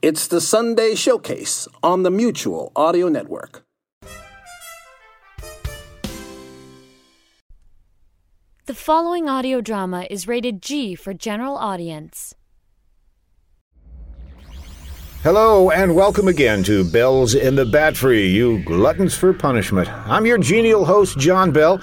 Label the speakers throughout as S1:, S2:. S1: It's the Sunday Showcase on the Mutual Audio Network.
S2: The following audio drama is rated G for general audience.
S3: Hello and welcome again to Bells in the Bat Free, you gluttons for punishment. I'm your genial host, John Bell,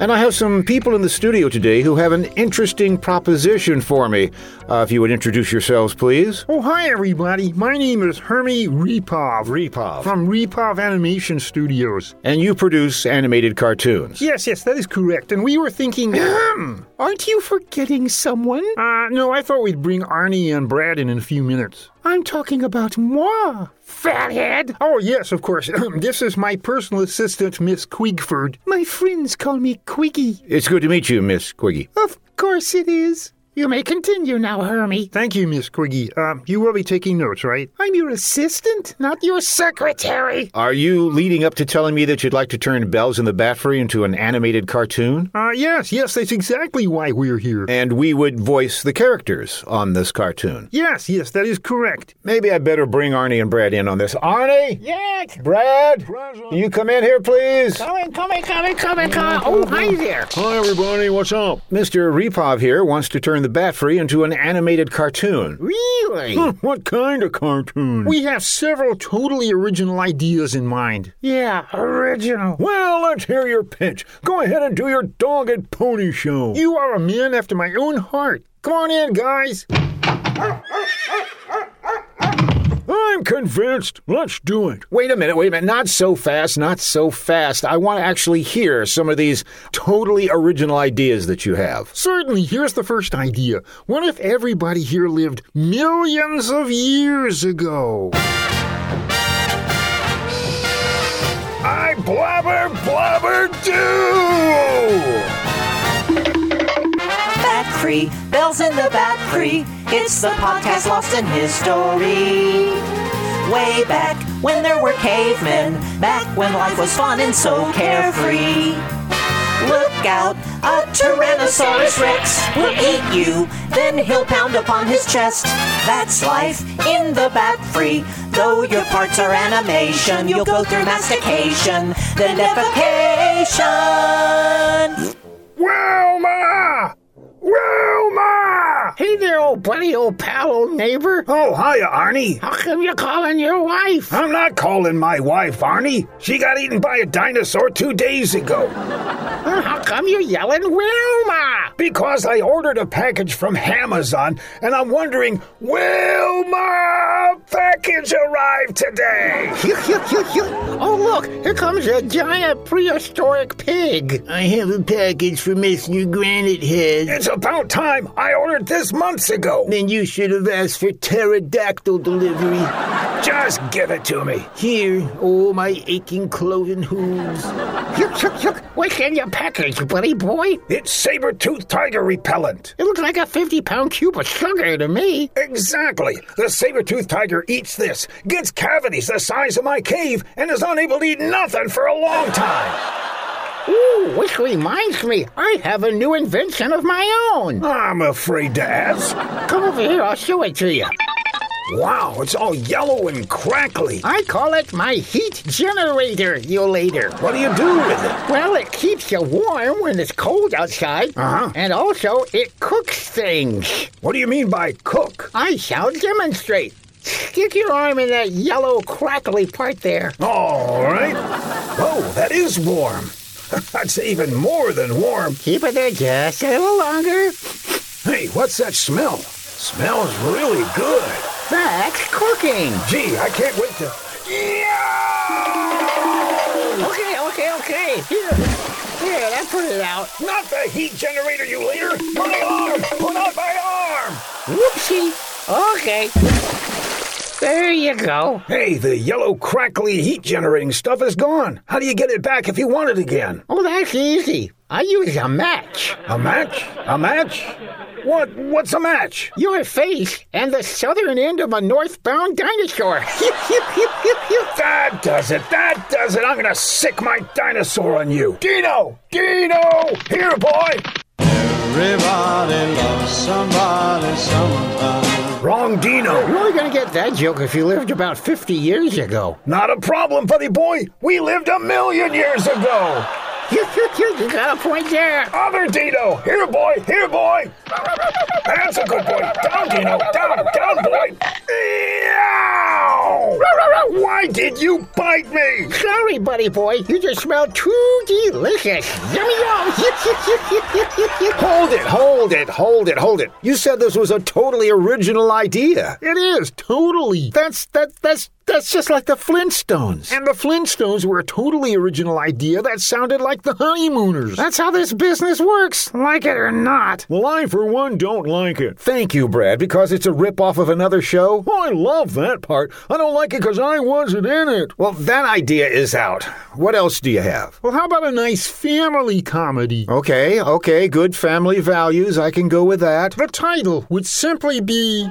S3: and I have some people in the studio today who have an interesting proposition for me. Uh, if you would introduce yourselves, please.
S4: Oh, hi, everybody. My name is Hermie Repov.
S3: Repov.
S4: From Repov Animation Studios.
S3: And you produce animated cartoons.
S4: Yes, yes, that is correct. And we were thinking. Ahem.
S5: Aren't you forgetting someone?
S4: uh, no, I thought we'd bring Arnie and Brad in in a few minutes.
S5: I'm talking about moi, fathead.
S4: Oh, yes, of course. Ahem. this is my personal assistant, Miss Quigford.
S5: My friends call me Quiggy.
S3: It's good to meet you, Miss Quiggy.
S5: Of course it is. You may continue now, Hermie.
S4: Thank you, Miss Quiggy. Um, you will be taking notes, right?
S5: I'm your assistant, not your secretary.
S3: Are you leading up to telling me that you'd like to turn Bells in the Bat Free into an animated cartoon?
S4: Uh, yes, yes, that's exactly why we're here.
S3: And we would voice the characters on this cartoon.
S4: Yes, yes, that is correct.
S3: Maybe I better bring Arnie and Brad in on this. Arnie?
S5: Yes.
S3: Brad? Can you come in here, please?
S5: Coming, coming, coming, coming, coming. Oh, hi there.
S4: Hi, everybody. What's up?
S3: Mr. Repov here wants to turn the Bat Free into an animated cartoon.
S5: Really?
S4: What kind of cartoon? We have several totally original ideas in mind.
S5: yeah, original.
S3: Well, let's hear your pitch. Go ahead and do your dog and pony show.
S4: You are a man after my own heart. Come on in, guys.
S3: I'm convinced. Let's do it. Wait a minute, wait a minute. Not so fast, not so fast. I want to actually hear some of these totally original ideas that you have.
S4: Certainly, here's the first idea. What if everybody here lived millions of years ago?
S3: I blabber, blabber, do!
S6: Bat Free, Bells in the Bat Free. It's the podcast lost in history. Way back when there were cavemen, back when life was fun and so carefree. Look out, a Tyrannosaurus Rex will eat you, then he'll pound upon his chest. That's life in the Bat Free. Though your parts are animation, you'll go through mastication, then defecation.
S4: Wilma! Wilma!
S5: Hey there, old buddy, old pal, old neighbor.
S4: Oh, hiya, Arnie.
S5: How come you're calling your wife?
S4: I'm not calling my wife, Arnie. She got eaten by a dinosaur two days ago.
S5: Huh, How come you're yelling Wilma?
S4: Because I ordered a package from Amazon and I'm wondering, will my package arrive today?
S5: oh, look, here comes a giant prehistoric pig. I have a package for Mr. Granite Head.
S4: It's about time. I ordered this months ago.
S5: Then you should have asked for pterodactyl delivery.
S4: Just give it to me.
S5: Here, all my aching cloven hooves. Yuck, yuck, yuck. What's in your package, buddy boy?
S4: It's saber-toothed tiger repellent.
S5: It looks like a 50 pound cube of sugar to me.
S4: Exactly. The saber-toothed tiger eats this, gets cavities the size of my cave, and is unable to eat nothing for a long time.
S5: Ooh, which reminds me, I have a new invention of my own.
S4: I'm afraid to ask.
S5: Come over here, I'll show it to you.
S4: Wow, it's all yellow and crackly.
S5: I call it my heat generator, you later.
S4: What do you do with it?
S5: Well, it keeps you warm when it's cold outside.
S4: Uh-huh.
S5: And also, it cooks things.
S4: What do you mean by cook?
S5: I shall demonstrate. Stick your arm in that yellow, crackly part there.
S4: All right. Oh, that is warm. That's even more than warm.
S5: Keep it there just a little longer.
S4: Hey, what's that smell? Smells really good.
S5: That's cooking.
S4: Gee, I can't wait to. Yeah!
S5: Okay, okay, okay. Here. Here, that put it out.
S4: Not the heat generator, you later. My arm! Put on my arm!
S5: Whoopsie. Okay. There you go.
S4: Hey, the yellow crackly heat generating stuff is gone. How do you get it back if you want it again?
S5: Oh, that's easy. I use a match.
S4: A match? A match? What? What's a match?
S5: Your face and the southern end of a northbound dinosaur.
S4: That does it. That does it. I'm gonna sick my dinosaur on you. Dino! Dino! Here, boy!
S7: Everybody loves somebody sometime.
S4: Wrong Dino.
S5: You're only gonna get that joke if you lived about 50 years ago.
S4: Not a problem, buddy boy. We lived a million years ago.
S5: you got a point there.
S4: Other Dino. Here, boy. Here, boy. That's a good boy. Down, Dino. Down, down, boy. Meow. Why did you bite me?
S5: Sorry, buddy boy. You just smell too delicious. Yummy yum.
S3: Hold it, hold it, hold it, hold it. You said this was a totally original idea.
S5: it is totally. That's that that's that's just like the Flintstones. And the Flintstones were a totally original idea that sounded like the honeymooners. That's how this business works, like it or not.
S3: Well, I, for one, don't like it. Thank you, Brad, because it's a ripoff of another show. I love that part. I don't like it because I wasn't in it. Well, that idea is out. What else do you have?
S5: Well, how about a nice family comedy?
S3: Okay, okay, good family values. I can go with that.
S5: The title would simply be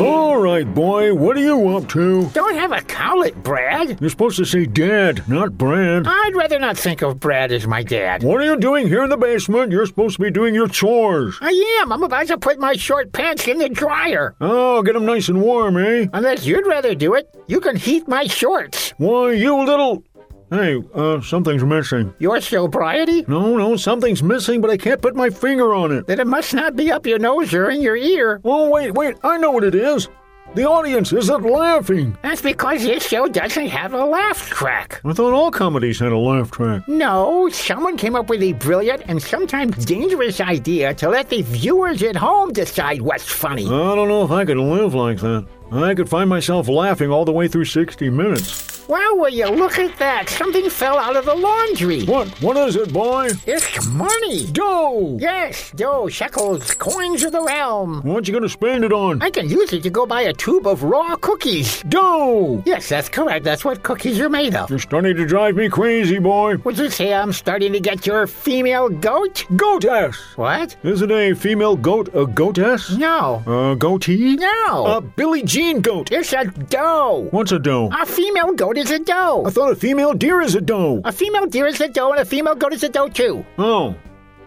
S3: All right, boy, what are you up to?
S5: Don't have a cowlet, Brad.
S3: You're supposed to say Dad, not Brad.
S5: I'd rather not think of Brad as my dad.
S3: What are you doing here in the basement? You're supposed to be doing your chores.
S5: I am. I'm about to put my short pants in the dryer.
S3: Oh, get 'em nice and warm, eh?
S5: Unless you'd rather do it, you can heat my shorts.
S3: Why, you little. Hey, uh, something's missing.
S5: Your sobriety?
S3: No, no, something's missing, but I can't put my finger on it.
S5: Then it must not be up your nose or in your ear.
S3: Oh, wait, wait, I know what it is. The audience isn't laughing.
S5: That's because this show doesn't have a laugh track.
S3: I thought all comedies had a laugh track.
S5: No, someone came up with a brilliant and sometimes dangerous idea to let the viewers at home decide what's funny.
S3: I don't know if I could live like that. I could find myself laughing all the way through 60 minutes.
S5: Wow, will you look at that? Something fell out of the laundry.
S3: What? What is it, boy?
S5: It's money.
S3: Dough!
S5: Yes, dough, shekels, coins of the realm.
S3: What you gonna spend it on?
S5: I can use it to go buy a tube of raw cookies.
S3: Dough!
S5: Yes, that's correct. That's what cookies are made of.
S3: You're starting to drive me crazy, boy.
S5: Would you say I'm starting to get your female goat?
S3: Goatess!
S5: What?
S3: Isn't a female goat a goatess?
S5: No.
S3: A goatee?
S5: No.
S3: A Billie Jean goat.
S5: it's a doe.
S3: What's a doe?
S5: A female goat is a doe.
S3: I thought a female deer is a doe.
S5: A female deer is a doe, and a female goat is a doe, too.
S3: Oh.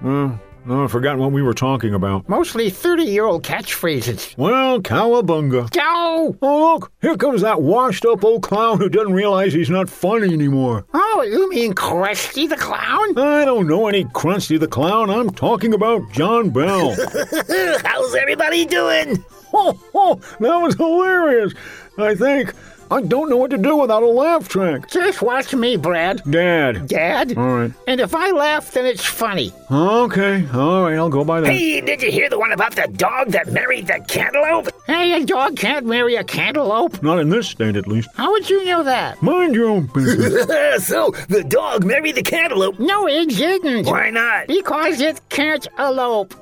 S3: Well, I've forgotten what we were talking about.
S5: Mostly 30 year old catchphrases.
S3: Well, cowabunga.
S5: Doe!
S3: Oh, look, here comes that washed up old clown who doesn't realize he's not funny anymore.
S5: Oh, you mean Krusty the Clown?
S3: I don't know any Krusty the Clown. I'm talking about John Bell.
S5: How's everybody doing?
S3: oh, oh, that was hilarious. I think. I don't know what to do without a laugh track.
S5: Just watch me, Brad.
S3: Dad.
S5: Dad?
S3: All right.
S5: And if I laugh, then it's funny.
S3: Okay. All right, I'll go by that.
S4: Hey, did you hear the one about the dog that married the cantaloupe?
S5: Hey, a dog can't marry a cantaloupe.
S3: Not in this state, at least.
S5: How would you know that?
S3: Mind your own business.
S4: so, the dog married the cantaloupe.
S5: No, it didn't.
S4: Why not?
S5: Because it can't elope.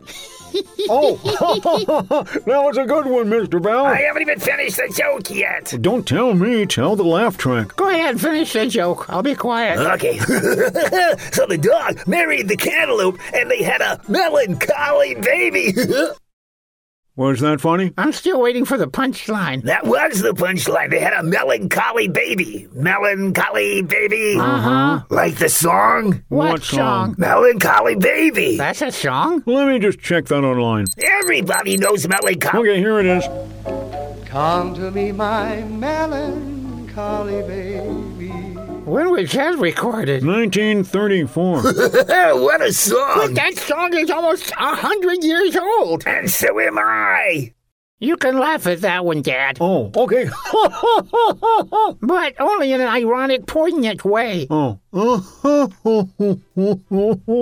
S3: oh, that was a good one, Mr. Bell.
S4: I haven't even finished the joke yet.
S3: Don't tell me, tell the laugh track.
S5: Go ahead, finish the joke. I'll be quiet.
S4: Okay. so the dog married the cantaloupe and they had a melancholy baby.
S3: Was that funny?
S5: I'm still waiting for the punchline.
S4: that was the punchline. They had a melancholy baby. Melancholy baby.
S5: Uh-huh.
S4: Like the song?
S5: What,
S3: What song?
S5: song?
S4: Melancholy baby.
S5: That's a song?
S3: Let me just check that online.
S4: Everybody knows melancholy.
S3: Okay, here it is.
S7: Come to me, my melancholy baby.
S5: When was that
S3: Mm.
S5: recorded?
S3: 1934.
S4: Oh, what a
S5: But
S4: song.
S5: that song is almost a hundred years old.
S4: And so am I.
S5: You can laugh at that one, Dad.
S3: oh, okay. oh.
S5: But only in an ironic, poignant way.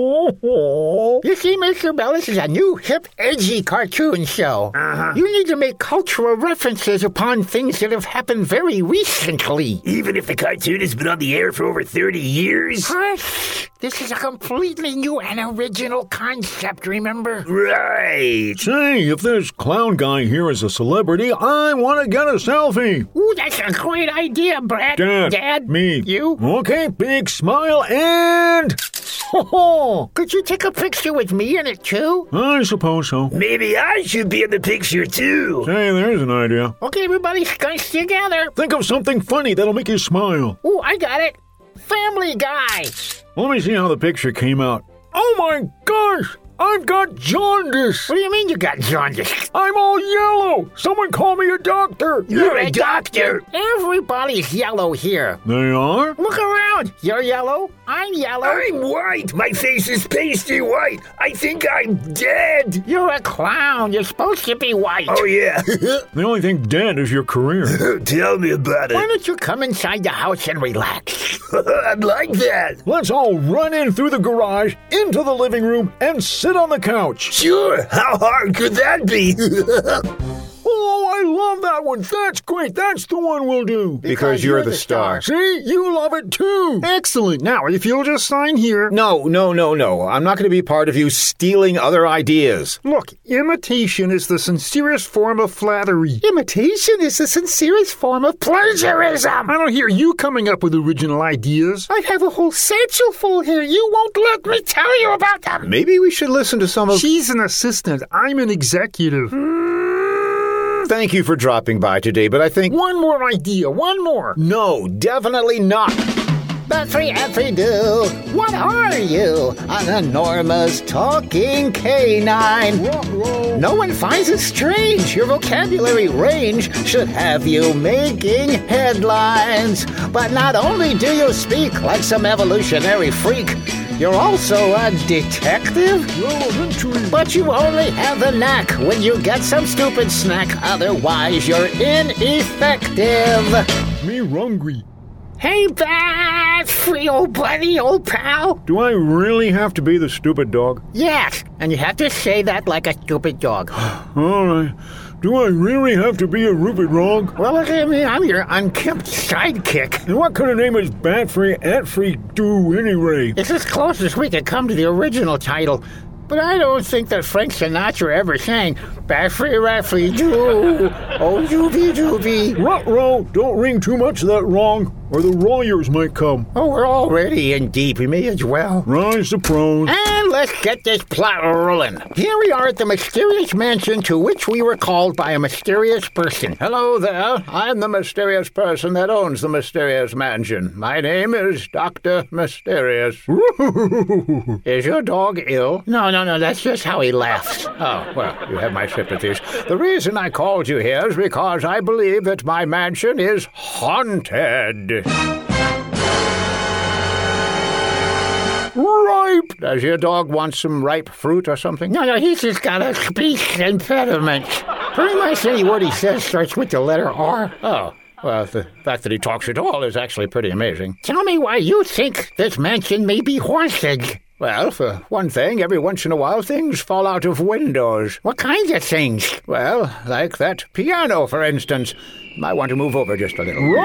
S5: You see, Mr. Bell, this is a new, hip, edgy cartoon show. Uh-huh. You need to make cultural references upon things that have happened very recently.
S4: Even if the cartoon has been on the air for over 30 years?
S5: Hush! This is a completely new and original concept, remember?
S4: Right.
S3: Say, if this clown guy here is a celebrity, I want to get a selfie.
S5: Ooh, that's a great idea, Brad.
S3: Dad. Me.
S5: You?
S3: Okay, big smile and.
S5: Could you take a picture with me in it, too?
S3: I suppose so.
S4: Maybe I should be in the picture too.
S3: Hey, there's an idea.
S5: Okay, everybody, skunks together.
S3: Think of something funny that'll make you smile.
S5: Ooh, I got it. Family Guy.
S3: Let me see how the picture came out. Oh my gosh!
S5: I've got jaundice. What do you mean you got jaundice? I'm all yellow. Someone call me a doctor. You're a doctor. Everybody's yellow here.
S3: They are?
S5: Look around. You're yellow. I'm yellow.
S4: I'm white. My face is pasty white. I think I'm dead.
S5: You're a clown. You're supposed to be white.
S4: Oh, yeah.
S3: The only thing dead is your career.
S4: Tell me about
S5: Why
S4: it.
S5: don't you come inside the house and relax?
S4: I'd like that.
S3: Let's all run in through the garage, into the living room, and sit on the couch.
S4: Sure. How hard could that be?
S3: Oh, I love that one. That's great. That's the one we'll do. Because, you're, the, star. See? You love it too.
S5: Excellent. Now, if you'll just sign here.
S3: No, no, no, no. I'm not going to be part of you stealing other ideas.
S5: Look, imitation is the sincerest form of flattery. Imitation is the sincerest form of plagiarism. I don't hear you coming up with original ideas. I have a whole satchel full here. You won't let me tell you about them.
S3: Maybe we should listen to some of.
S5: She's an assistant. I'm an executive.
S3: Thank you for dropping by today, but I think.
S5: One more idea. One more.
S3: No, definitely not.
S8: Battery every do. What are you? An enormous talking canine. No one finds it strange. Your vocabulary range should have you making headlines. But not only do you speak like some evolutionary freak, you're also a detective? But you only have the knack when you get some stupid snack, otherwise, you're ineffective.
S3: Me hungry.
S5: Hey, Bat, free old buddy, old pal.
S3: Do I really have to be the stupid dog?
S8: Yes, and you have to say that like a stupid dog.
S3: All right. Do I really have to be a rupid dog?
S5: Well, look at me. I'm your unkempt sidekick.
S3: And what kind of name is Bat Free At Free Do anyway?
S5: It's as close as we could come to the original title. But I don't think that Frank Sinatra ever sang Baffrey Raffrey Doo. Oh, doobie doobie.
S3: Rot row, don't ring too much of that wrong, or the lawyers might come.
S5: Oh, we're already in deep. We may as well.
S3: Rise to pros.
S5: And let's get this plot rolling. Here we are at the mysterious mansion to which we were called by a mysterious person.
S3: Hello there. I'm the mysterious person that owns the mysterious mansion. My name is Dr. Mysterious. is your dog ill?
S5: No, no, no, that's just how he laughs.
S3: Oh, well, you have my sympathies. The reason I called you here is because I believe that my mansion is haunted. Ripe! Does your dog want some ripe fruit or something?
S5: No, no, he's just got a speech impediment. Pretty much any word he says starts with the letter R.
S3: Oh, well, the fact that he talks at all is actually pretty amazing.
S5: Tell me why you think this mansion may be haunted.
S3: Well, for one thing, every once in a while things fall out of windows.
S5: What kind of things?
S3: Well, like that piano, for instance. Might want to move over just a little.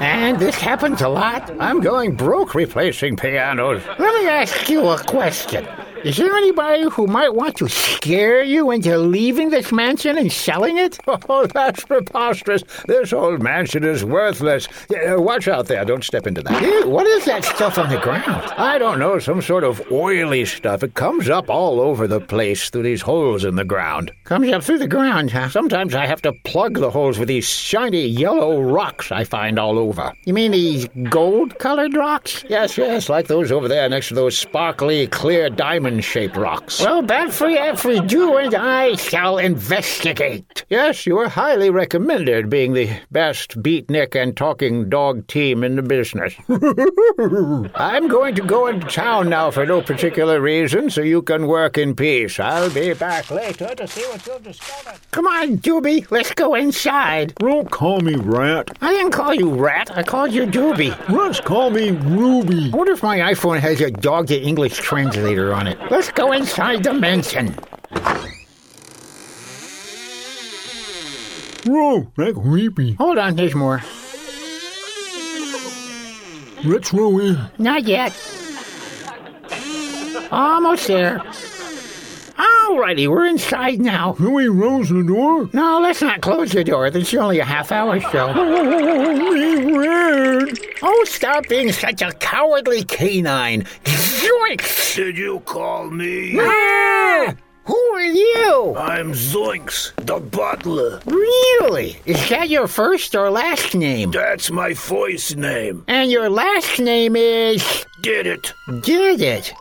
S5: And this happens a lot.
S3: I'm going broke replacing pianos.
S5: Let me ask you a question. Is there anybody who might want to scare you into leaving this mansion and selling it?
S3: Oh, that's preposterous. This old mansion is worthless. Yeah, watch out there. Don't step into that.
S5: Ew, what is that stuff on the ground?
S3: I don't know, some sort of oily stuff. It comes up all over the place through these holes in the ground.
S5: Comes up through the ground, huh?
S3: Sometimes I have to plug the holes with these shiny yellow rocks I find all over.
S5: You mean these gold colored rocks?
S3: Yes, yes, like those over there next to those sparkly, clear, diamond shaped rocks.
S5: Well, Batfrey, Effrey, you and I shall investigate.
S3: Yes, you were highly recommended being the best beatnik and talking dog team in the business. I'm going to go into town now for no particular reason, so you can work in peace. I'll be back later to see what you've discovered.
S5: Come on, Doobie, let's go inside.
S3: Don't call me rat.
S5: I didn't call you rat, I called you Doobie.
S3: Rats call me Ruby.
S5: I wonder if my iPhone has a dog to English translator on it. Let's go inside the mansion.
S3: Whoa, that's creepy.
S5: Hold on, there's more.
S3: Let's roll in.
S5: Not yet. Almost there. Alrighty, we're inside now.
S3: Can we roll the door?
S5: No, let's not close the door. This is only a half hour show.
S3: Oh, me red.
S5: Oh, stop being such a cowardly canine. Yoink!
S4: Did you call me?
S5: Ah! Who are you?
S3: I'm Zoinks, the butler.
S5: Really? Is that your first or last name?
S3: That's my voice name.
S5: And your last name is.
S3: Did it.
S5: Did it.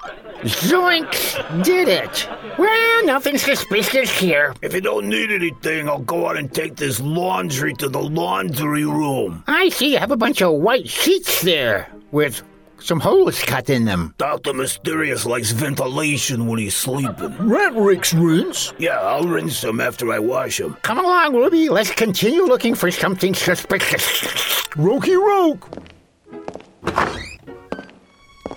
S5: Zoinks did it. Well, nothing suspicious here.
S3: If you don't need anything, I'll go out and take this laundry to the laundry room.
S5: I see you have a bunch of white sheets there with some holes cut in them.
S3: Dr. Mysterious likes ventilation when he's sleeping.
S7: Rat Rick's rinse.
S3: Yeah, I'll rinse him after I wash him.
S5: Come along, Ruby. Let's continue looking for something suspicious.
S7: Roky Roke.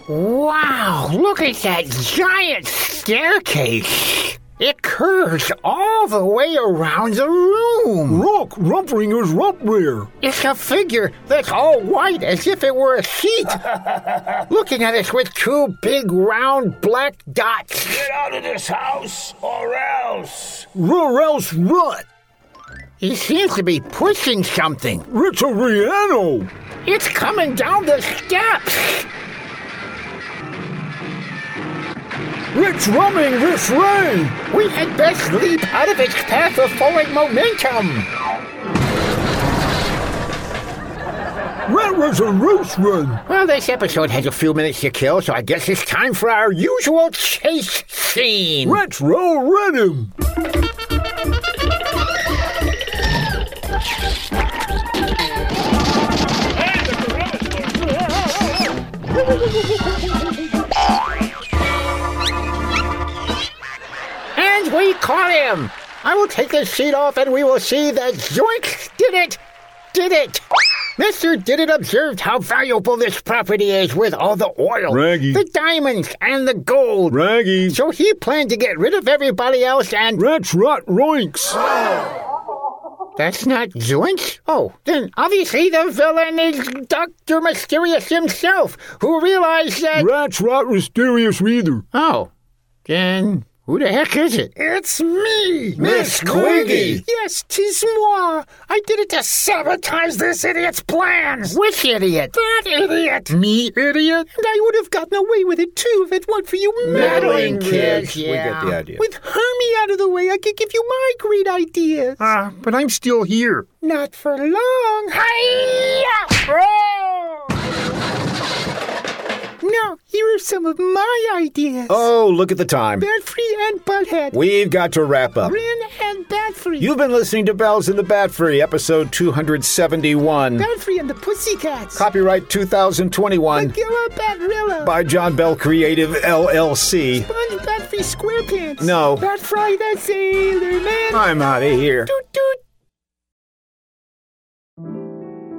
S5: Wow, look at that giant staircase. It curves all the way around the room.
S7: Rock Rumpringer's Rump Rear.
S5: It's a figure that's all white as if it were a sheet. Looking at us with two big round black dots.
S3: Get out of this house, or else.
S7: Rurels Rut.
S5: He seems to be pushing something.
S7: Ritoriano.
S5: It's coming down the steps.
S7: Rich Rumming Rich Rain.
S5: We had best leap out of its path of forward momentum.
S7: Rat Run Roost Run.
S5: Well, this episode has a few minutes to kill, so I guess it's time for our usual chase scene.
S7: Rats Roll Rhythm.
S5: And we caught him. I will take this sheet off and we will see that Zoinks did it. Did it. Mr. Did It observed how valuable this property is with all the oil,
S7: Raggy.
S5: the diamonds, and the gold.
S7: Raggy.
S5: So he planned to get rid of everybody else and.
S7: Rats Rot Roinks.
S5: That's not Zoinks? Oh, then obviously the villain is Dr. Mysterious himself, who realized that.
S7: Rats Rot Mysterious Reader.
S5: Oh, then who the heck is it?
S7: It's me,
S5: Miss Squiggy.
S7: Yes, tis moi. I did it to sabotage this idiot's plans.
S5: Which idiot?
S7: That idiot. Me, idiot? And I would have gotten away with it too if it weren't for you meddling, kids.
S9: We get the idea.
S7: With Hermie out of the way, I could give you my great ideas. Ah, but I'm still here. Not for long. Now, here are some of my ideas.
S9: Oh, look at the time.
S7: Free and Butthead.
S9: We've got to wrap up.
S7: Rin and Badfree.
S9: You've been listening to Bells in the Bat Free, episode 271.
S7: Badfree and the Pussycats.
S9: Copyright 2021
S7: Gilla Badrilla.
S9: by John Bell Creative LLC.
S7: Sponge Badfree Squarepants.
S9: No.
S7: Batfry the Sailor Man.
S9: I'm out of here.
S7: Doot doot.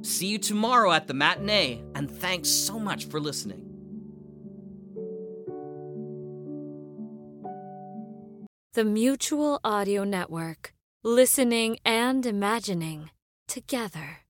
S10: See you tomorrow at the matinee, and thanks so much for listening.
S2: The Mutual Audio Network. Listening and imagining together.